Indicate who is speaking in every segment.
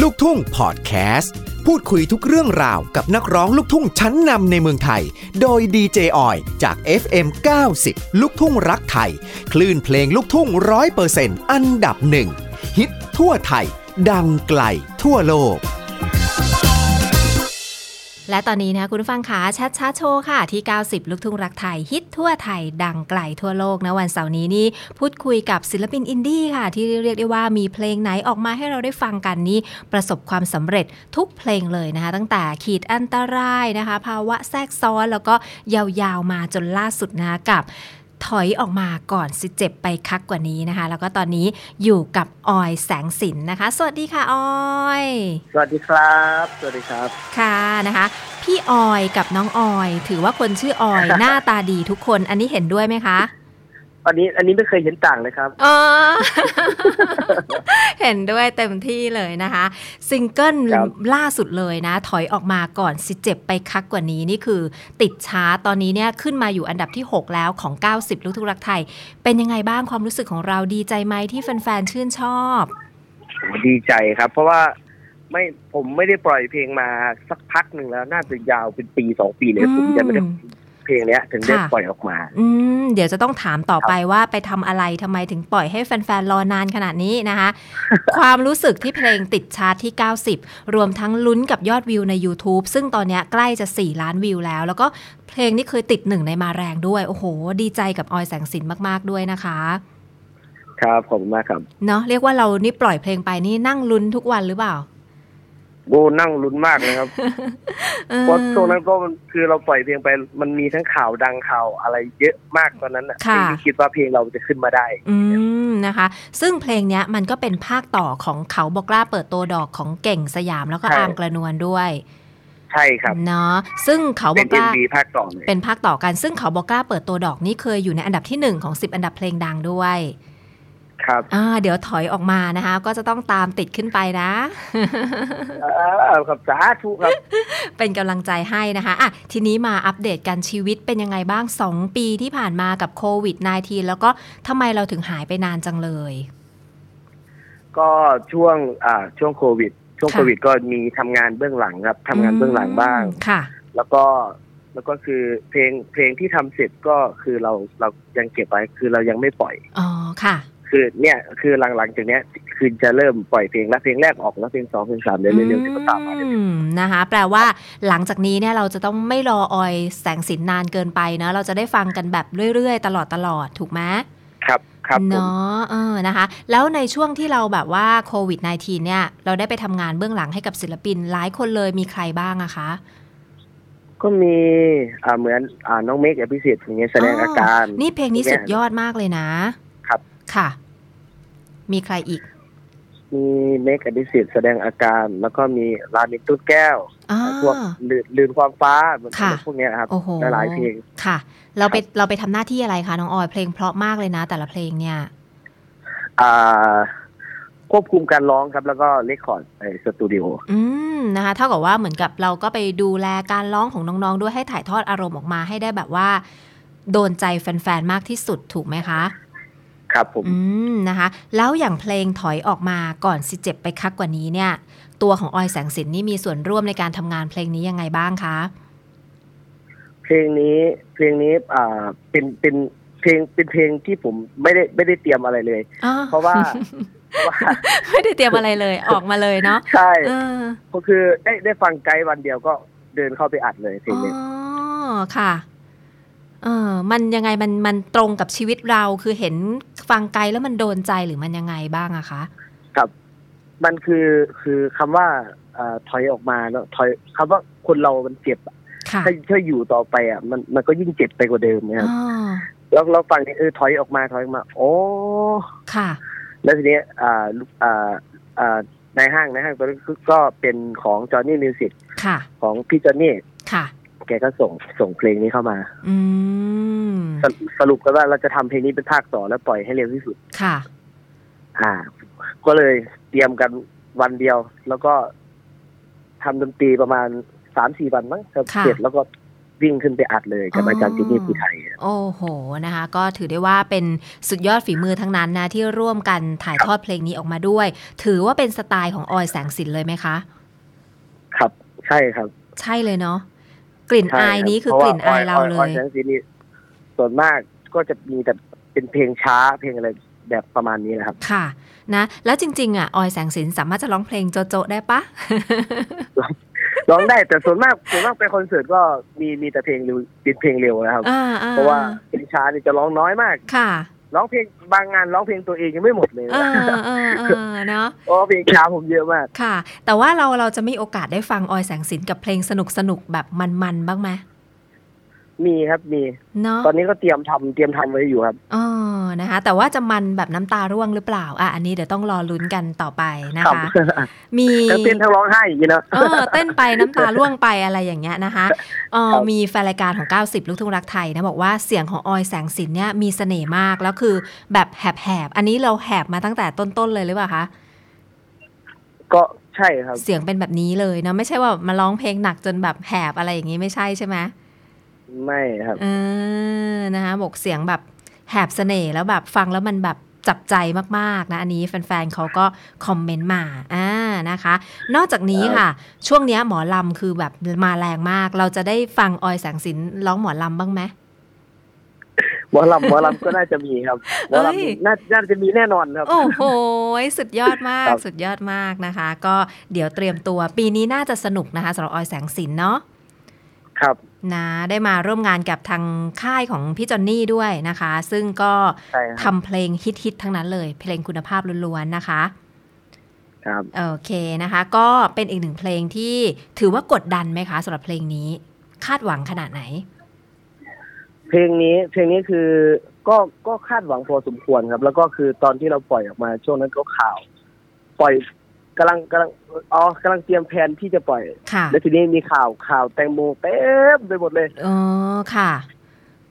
Speaker 1: ลูกทุ่งพอดแคสต์ พูดคุยทุกเรื่องราวกับนักร้องลูกทุ่งชั้นนำในเมืองไทย โดยดีเจออยจาก FM 90 ลูกทุ่งรักไทย คลื่นเพลงลูกทุ่งร้อยเปอร์เซนต์อันดับหนึ่งฮิตทั่วไทย ดังไกลทั่วโลก
Speaker 2: และตอนนี้นะคะคุณผู้ฟังขาชัดช้าโชว์ค่ะ ที่ 90 ลูกทุ่งรักไทย ฮิตทั่วไทย ดังไกลทั่วโลกนะวันเสาร์นี้นี่พูดคุยกับศิลปินอินดี้ค่ะ ที่เรียกได้ว่ามีเพลงไหนออกมาให้เราได้ฟังกันนี้ ประสบความสำเร็จทุกเพลงเลยนะคะ ตั้งแต่ขีดอันตรายนะคะ ภาวะแทรกซ้อนแล้วก็ยาวๆมาจนล่าสุดนะคะกับ ถอยออกมาก่อนสิเจ็บไปคักกว่านี้นะคะ แล้วก็ตอนนี้อยู่กับออยแสงสินนะคะ สวัสดีค่ะออย
Speaker 3: สวัสดีครับ สวัสดีครับ
Speaker 2: ค่ะนะคะ พี่ออยกับน้องออย ถือว่าคนชื่อออย หน้าตาดีทุกคนอันนี้เห็นด้วยไหมคะ
Speaker 3: อันนี้อันนี้ไม่เคยเห็นต่างเลยครับ
Speaker 2: เอ อ เห็นด้วยเต็มที่เลยนะคะ ซิงเกิล
Speaker 3: ครับ
Speaker 2: ล่าสุดเลยนะ ถอยออกมาก่อนสิเจ็บไปคักกว่านี้นี่คือ ติดชาร์ตตอนนี้เนี่ยขึ้นมาอยู่อันดับที่ 6 แล้วของ 90 ลูกทุกรักไทย เป็นยังไงบ้างความรู้สึกของเราดีใจไหมที่แฟนๆชื่นชอบ
Speaker 3: ดีใจครับ เพราะว่าไม่ผมไม่ได้ปล่อยเพลงมาสักพักหนึ่งแล้ว น่าจะยาวเป็นปีสองปีเลย
Speaker 2: อืม
Speaker 3: ผมยังไม่ได้เพลงเนี้ย ถึงได้
Speaker 2: ค่ะ
Speaker 3: ปล่อยออกมา
Speaker 2: อืมเดี๋ยวจะต้องถามต่อไปว่าไปทำอะไรทำไมถึงปล่อยให้แฟน ๆ รอนานขนาดนี้นะคะ ความรู้สึกที่เพลงติดชาร์ตที่ 90 รวมทั้งลุ้นกับยอดวิวใน YouTube ซึ่งตอนเนี้ยใกล้จะ 4 ล้านวิวแล้ว แล้วก็เพลงนี้เคยติดหนึ่งในมาแรงด้วย โอ้โห ดีใจกับออยแสงสินมาก ๆ ด้วยนะคะ
Speaker 3: ครับขอบคุณมากครับ
Speaker 2: เนาะเรียกว่าเรานี่ปล่อยเพลงไปนี่นั่งลุ้นทุกวันหรือเปล่า
Speaker 3: โบนั่งลุ้นมาก เลยครับ
Speaker 2: เออ
Speaker 3: เพราะช่วงนั้นก็มันคือเราปล่อยเพลงไป มันมีทั้งข่าวดังข่าวอะไรเยอะมากตอนนั้นอ่ะ
Speaker 2: ค่ะ
Speaker 3: ไม่คิดว่าเพลงเราจะขึ้นมาได้
Speaker 2: อืมนะคะ ซึ่งเพลงเนี้ยมันก็เป็นภาคต่อของเขาบอกล่าเปิดตัวดอกของเก่งสยามแล้วก็
Speaker 3: ใช่
Speaker 2: อาร์มกระนวลด้วย
Speaker 3: ใช่ครับ
Speaker 2: เนาะซึ่งเขาบ
Speaker 3: เป็
Speaker 2: อน ก
Speaker 3: เอ็
Speaker 2: ว่า
Speaker 3: มีภาคต่อเลย
Speaker 2: เป็นภาคต่อกันซึ่งเขาบอกว่าเปิดตัวดอกนี้เคยอยู่ในอันดับที่ 1 ของ 10 อันดับเพลงดังด้วย
Speaker 3: ครับ
Speaker 2: อ่าเดี๋ยวถอยออกมานะคะ ก็จะต้องตามติดขึ้นไปนะ
Speaker 3: เออครับส าธุครับ
Speaker 2: เป็นกำลังใจให้นะคะอ่ะทีนี้มาอัปเดตกันชีวิตเป็นยังไงบ้าง 2 ปีที่ผ่านมากับโควิด -19 แล้วก็ทำไมเราถึงหายไปนานจังเลย
Speaker 3: ก็ช่วงอ่าช่วงโควิด ช่วง
Speaker 2: ค่ะ
Speaker 3: โควิดก็มีทำงานเบื้องหลังครับทำงานเบื้องหลังบ้าง
Speaker 2: อืมค่ะ
Speaker 3: แล้วก็แล้วก็คือเพลงเพลงที่ทำเสร็จก็คือเราเรายังเก็บไว้คือเรายังไม่ปล่อย
Speaker 2: อ๋อค่ะ
Speaker 3: คือเนี่ยคือหลังๆจากเนี้ยคือจะเริ่มปล่อยเพลงแล้วเพลงแรกออกแล้วเพลงสองเพลงสามเดี๋ยวเร็วๆจะตามมา
Speaker 2: อืมนะคะ แปลว่าหลังจากนี้เนี่ยเราจะต้องไม่รอออยแสงสินนานเกินไปนะเราจะได้ฟังกันแบบเรื่อยๆ ตลอดตลอดๆถูกไหม
Speaker 3: ครับครับผม
Speaker 2: เนาะเออนะคะ แล้วในช่วงที่เราแบบว่าโควิด -19 เนี่ย เราได้ไปทำงานเบื้องหลังให้กับศิลปินหลายคนเลยมีใครบ้างอะคะ
Speaker 3: ก็มีอ่าเหมือนอ่าน้องเมกอภิสิทธิ์อย่างเงี้ยแสดงอาการ
Speaker 2: นี่เพลงนี้สุดยอดมากเลยนะครับ ค่ะ มีใครอีก
Speaker 3: มีเมกอภิสิทธิ์แสดงอาการ แล้วก็มีรามินตุ้นแก้ว
Speaker 2: อ่า
Speaker 3: พวกลืนลืนความฟ้าเหมือน
Speaker 2: ค่ะ
Speaker 3: พวกเนี้ยครับ
Speaker 2: โอ้โห
Speaker 3: หลายๆเพลง
Speaker 2: ค่ะ เราไปเราไปทำหน้าที่อะไรคะน้องออยเพลงเพราะมากเลยนะ แต่ละเพลงเนี่ย
Speaker 3: อ่าควบคุมการร้องครับแล้วก็เลคคอร์ดสตูดิโอ
Speaker 2: อืมนะคะเท่ากับว่าเหมือนกับเราก็ไปดูแลการร้องของน้องๆ ด้วยให้ถ่ายทอดอารมณ์ออกมาให้ได้แบบว่า โดนใจแฟนๆมากที่สุดถูกไหมคะ
Speaker 3: ครับผม
Speaker 2: อืมนะคะ แล้วอย่างเพลงถอยออกมาก่อนสิเจ็บไปคักกว่านี้เนี่ย ตัวของออยแสงสินนี่มีส่วนร่วมในการทำงานเพลงนี้ยังไงบ้างคะ
Speaker 3: เพลงนี้เพลงนี้อ่าเป็นเป็นเพลงเป็นเพลงที่ผมไม่ได้ไม่ได้เตรียมอะไรเลย
Speaker 2: อ้
Speaker 3: เพราะว่า เพราะว่า
Speaker 2: ไม่ได้เตรียมอะไรเลยออกมาเลยเนาะ
Speaker 3: ใช่
Speaker 2: เออ
Speaker 3: ก็คือได้ได้ฟังไกด์วันเดียวก็เดินเข้าไปอัดเลยเพล
Speaker 2: อ๋
Speaker 3: งนี้
Speaker 2: อค่ะเออมันยังไงมันมันตรงกับชีวิตเราคือเห็นฟังไกลแล้วมันโดนใจหรือมันยังไงบ้างอะคะ
Speaker 3: ครับ มันคือคือคำว่าอ่าถอยออกมาเนาะถอยคำว่าคนเรามันเจ็บอะ
Speaker 2: ค่ะ
Speaker 3: ถ้าถ้าอยู่ต่อไปอ่ะมันมันก็ยิ่งเจ็บไปกว่าเดิมนะครับ
Speaker 2: อ๋อ
Speaker 3: แล้วเราฟังเนี่ยเออถอยออกมาถอยออกมาโอ้
Speaker 2: ค่ะ
Speaker 3: แล้วทีเนี้ยอ่าลูกอ่าอ่าในห้างในห้างตอนนั้นก็ก็เป็นของจอ h ์นี่มิวสิก
Speaker 2: ค่ะ
Speaker 3: ของพี่จอ h ์นี่
Speaker 2: ค่ะ
Speaker 3: แกก็ส่งส่งเพลงนี้เข้ามา
Speaker 2: อืม
Speaker 3: สรุปสรุปกันว่าเราจะทำเพลงนี้เป็นภาคต่อแล้วปล่อยให้เร็วที่สุด
Speaker 2: ค่ะ
Speaker 3: อ่า ก็เลยเตรียมกันวันเดียว แล้วก็ทำดนตรีประมาณสามสี่วันมั้งครับ
Speaker 2: ค่ะ
Speaker 3: เสร็จแล้วก็ วิ่งขึ้นไปอัดเลยกับอาจารย์จินนี่ภูไทย
Speaker 2: โอ้โหนะคะ ก็ถือได้ว่าเป็นสุดยอดฝีมือทั้งนั้นนะที่ร่วมกันถ่ายทอดเพลงนี้ออกมาด้วย ถือว่าเป็นสไตล์ของออยแสงสินเลยไหมคะ
Speaker 3: ครับ ใช่ครับ
Speaker 2: ใช่เลยเนาะกลิ่น
Speaker 3: ใช่
Speaker 2: อาย
Speaker 3: รับ
Speaker 2: นี้คือ
Speaker 3: พะ
Speaker 2: ก
Speaker 3: ว่
Speaker 2: ลิ่นอายเราเล
Speaker 3: ออย ออออแสงสีนี่ส่วนมากก็จะมีแต่เป็นเพลงช้าเพลงอะไรแบบประมาณนี้ นะครับ
Speaker 2: ค่ะนะ แล้วจริง ๆอ่ะออยแสงสินสามารถจะร้องเพลงโจโจได้ปะ
Speaker 3: ร้องได้แต่ส่วนมากส่วนมากไปคอนเสิร์ตก็มีมีแต่เพลงเร็วเป็นเพลงเร็วนะครับ
Speaker 2: อ่า
Speaker 3: เพราะว่าเพลงช้านี่จะร้องน้อยมาก
Speaker 2: ค่ะ
Speaker 3: ร้องเพลงบางงานร้องเพลงตัวเองยังไม่หมดเลย
Speaker 2: เอ
Speaker 3: นะ
Speaker 2: อเออเออเนาะ
Speaker 3: เพราะว่าเพลงช้าผมเยอะมาก
Speaker 2: ค่ะ แต่ว่าเราเราจะไม่โอกาสได้ฟังออยแสงสินกับเพลงสนุกสนุกๆแบบมันๆบ้างไหม
Speaker 3: มีครับมี
Speaker 2: เนาะ
Speaker 3: ตอนนี้ก็เตรียมทำเตรียมทำไว้อยู่ครับ
Speaker 2: อ๋อนะคะ แต่ว่าจะมันแบบน้ำตาร่วงหรือเปล่า อ่ะ อันนี้เดี๋ยวต้องรอลุ้นกันต่อไปนะ
Speaker 3: ครั
Speaker 2: คะ
Speaker 3: บ
Speaker 2: มี
Speaker 3: ทั้งเต้นทั้งร้องไห้อย่างนี้นะ
Speaker 2: เออเต้นไปน้ำตาร่วงไปอะไรอย่างเงี้ยนะคะเออ
Speaker 3: ครับ
Speaker 2: มีแฟนรายการของ 90 ลูกทุ่งรักไทยนะ บอกว่าเสียงของออยแสงสินเนี่ยมีเสน่ห์มาก แล้วคือแบบแหบๆ อันนี้เราแหบมาตั้งแต่ต้นๆเลยหรือเปล่าคะ
Speaker 3: ก็ใช่ครับ
Speaker 2: เสียงเป็นแบบนี้เลยนะ ไม่ใช่ว่ามาร้องเพลงหนักจนแบบแหบอะไรอย่างงี้ไม่ใช่ใช่ไหม
Speaker 3: ไม่ครับ
Speaker 2: เออนะคะบอกเสียงแบบแหบเสน่ห์แล้วแบบฟังแล้วมันแบบจับใจมากๆนะ อันนี้แฟนๆเขาก็คอมเมนต์มาอ่านะคะ นอกจากนี้ค่ะ ช่วงเนี้ยหมอลำคือแบบมาแรงมาก เราจะได้ฟังออยแสงสินร้องหมอลำบ้างไหม
Speaker 3: หมอลำหมอลำก็น่าจะมีครับหมอล
Speaker 2: เอ้ย
Speaker 3: ำน่าน่าจะมีแน่นอนครับ
Speaker 2: โอ้โห สุดยอดมาก
Speaker 3: ครับ
Speaker 2: สุดยอดมากนะคะ ก็เดี๋ยวเตรียมตัวปีนี้น่าจะสนุกนะคะสำหรับออยแสงสินเนาะ
Speaker 3: ครับ
Speaker 2: นะได้มาร่วมงานกับทางค่ายของพี่จอนนี่ด้วยนะคะ ซึ่งก็
Speaker 3: ใช่ครับ
Speaker 2: ทำเพลงฮิตๆทั้งนั้นเลย เพลงคุณภาพล้วนๆนะคะ
Speaker 3: ครับ
Speaker 2: โอเคนะคะ ก็เป็นอีกหนึ่งเพลงที่ถือว่ากดดันไหมคะสำหรับเพลงนี้ คาดหวังขนาดไหน
Speaker 3: เพลงนี้เพลงนี้คือก็ก็คาดหวังพอสมควรครับ แล้วก็คือตอนที่เราปล่อยออกมาช่วงนั้นก็ข่าว ปล่อยกำลังกำลังอ๋อกำลังเตรียมแผนที่จะปล่อย
Speaker 2: ค่ะ
Speaker 3: แล้วทีนี้มีข่าวข่าวแตงโมเต็มไปหมดเลย
Speaker 2: เออค่ะ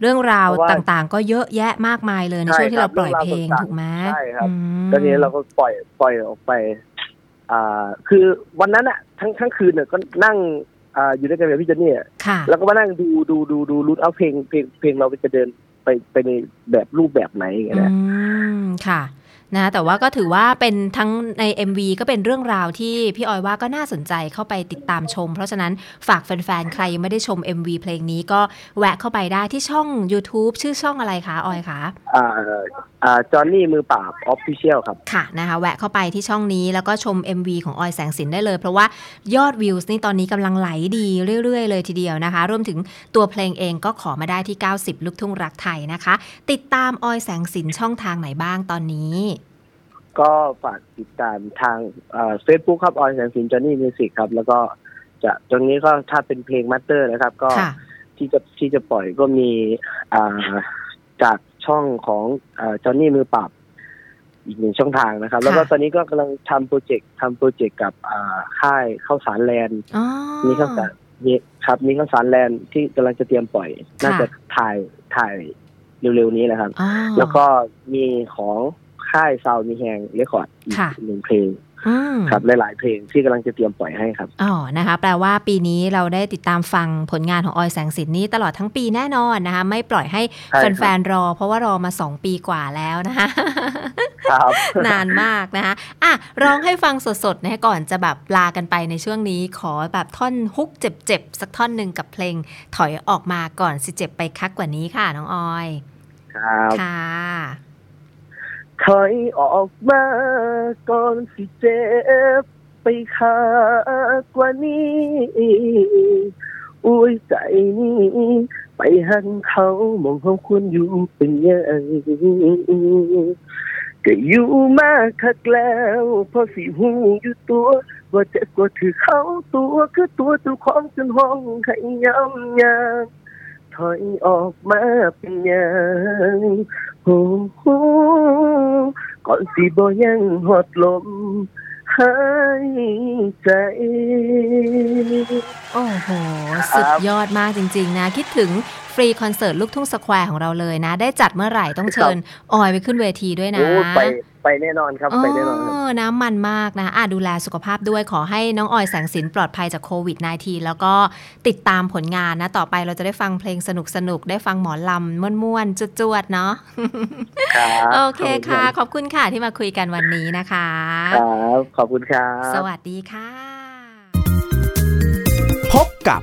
Speaker 2: เรื่องราว
Speaker 3: เพราะว่า
Speaker 2: ต่างๆ ก็เยอะแยะมากมายเลยใน
Speaker 3: ใช่
Speaker 2: ช่วงที่
Speaker 3: ครั
Speaker 2: เรา
Speaker 3: บ
Speaker 2: ปล่อย
Speaker 3: เรื่องราว
Speaker 2: เพลง
Speaker 3: ต่างๆ
Speaker 2: ถูกไหม
Speaker 3: ใช่ครับ
Speaker 2: อืม
Speaker 3: แล้วทีนี้เราก็ปล่อยปล่อยออกไป อ่า คือวันนั้นอะทั้งทั้งคืนเนี่ยก็นั่งอ่าอยู่ด้วยกันกับพี่เจนนี่อะ
Speaker 2: ค่ะ
Speaker 3: แล้วก็มานั่งดูดูดูดูรุ้นเอาเพลงเพลงเพลงเราจะเดินไปไปในแบบรูปแบบไหนอย่างเงี้ย
Speaker 2: อื
Speaker 3: นะ
Speaker 2: มค่ะนะแต่ว่าก็ถือว่าเป็นทั้งใน MV ก็เป็นเรื่องราวที่พี่ออยว่าก็น่าสนใจเข้าไปติดตามชม เพราะฉะนั้นฝากแฟนๆ ใครยังไม่ได้ชม MV เพลงนี้ก็แวะเข้าไปได้ที่ช่อง YouTube ชื่อช่องอะไรคะออยคะ
Speaker 3: อ่าอ่าจอห์นนี่มือปราบออฟฟิเชียลครับ
Speaker 2: ค่ะนะคะแวะเข้าไปที่ช่องนี้แล้วก็ชม MV ของออยแสงสินได้เลย เพราะว่ายอดวิวส์นี่ตอนนี้กำลังไหลดีเรื่อย ๆ เลยทีเดียวนะคะ รวมถึงตัวเพลงเองก็ขอมาได้ที่ 90 ลูกทุ่งรักไทยนะคะ ติดตามออยแสงสินช่องทางไหนบ้างตอนนี้
Speaker 3: ก็ฝากติดตามทางเฟซบุ๊กครับออนแสงสินจอห์นนี่มิวสิกครับ แล้วก็จะตรงนี้ก็ถ้าเป็นเพลงมัตเตอร์นะครับ ก็
Speaker 2: ค่ะ
Speaker 3: ที่จะที่จะปล่อยก็มีอ่าจากช่องของจอห์นนี่มือปราบอีกหนึ่งช่องทางนะครับ แล้วก็
Speaker 2: ค่ะ
Speaker 3: ตอนนี้ก็กำลังทำโปรเจกต์ทำโปรเจกต์กับอ่าค่ายข้าวสารแลนด์
Speaker 2: อ๋อ
Speaker 3: มีข้าวสารมีครับมีข้าวสารแลนด์ที่กำลังจะเตรียมปล่อย
Speaker 2: ค่ะ
Speaker 3: น่าจะถ่ายถ่ายเร็วๆนี้แหละครับ
Speaker 2: อ๋อ
Speaker 3: แล้วก็มีของค่ายซาวมีแฮงเรคคอร์ดอีก
Speaker 2: ค่ะ
Speaker 3: หนึ่งเพลง
Speaker 2: อืม
Speaker 3: ครับหลายๆเพลงที่กำลังจะเตรียมปล่อยให้ครับ
Speaker 2: อ๋อ นะคะ แปลว่าปีนี้เราได้ติดตามฟังผลงานของออยแสงสินนี้ตลอดทั้งปีแน่นอนนะคะ ไม่ปล่อยให้
Speaker 3: ใช่ครับ
Speaker 2: แฟนๆรอ เพราะว่ารอมา 2 ปีกว่าแล้วนะคะ
Speaker 3: ครับ
Speaker 2: นานมากนะคะ อ่ะ ร้องให้ฟังสดๆนะคะก่อนจะแบบลากันไปในช่วงนี้ ขอแบบท่อนฮุกเจ็บๆ สักท่อนหนึ่งกับเพลง ถอยออกมาก่อนสิเจ็บไปคักกว่านี้ค่ะ น้องออย
Speaker 3: ครับ
Speaker 2: ค่ะ
Speaker 3: ถอยออกมาก่อนสิเจ็บไปขากว่านี้อุ้ยใจนี้ ไปหันเขามองเขาควรอยู่เป็นยังก็อยู่มาคักแล้วเพอสิหูอยู่ตัว ว่าเจ็บกว่าถือเขาตัวคือตัวเจ้าของจนห้องให้ย้ำยามถอยออกมาเป็นยัง โอ้โหก่อนสิบ่ยังหอดลมหายใจ
Speaker 2: โอ้โห
Speaker 3: ครับ
Speaker 2: สุดยอดมากจริง ๆ นะ คิดถึงฟรีคอนเสิร์ตลูกทุ่งสแควร์ของเราเลยนะ ได้จัดเมื่อไหร่ต้องเชิญออยไปขึ้นเวทีด้วยนะ
Speaker 3: โอ้ไปไป ไปแน่นอนครับไปแน่นอนครับ
Speaker 2: เน้ำมันมากนะอ่ะดูแลสุขภาพด้วยขอให้น้องออยแสงสินปลอดภัยจากโควิด -19 แล้วก็ติดตามผลงานนะ ต่อไปเราจะได้ฟังเพลงสนุกๆ ได้ฟังหมอลำม่วนๆ จวดๆ เนาะ
Speaker 3: ครับ
Speaker 2: โอเคค่ะ
Speaker 3: ข
Speaker 2: ขอบคุณค่ะที่มาคุยกันวันนี้นะคะ
Speaker 3: อบคุณครับ ขอบคุณครับ
Speaker 2: สวัสดีค่ะ
Speaker 1: พบกับ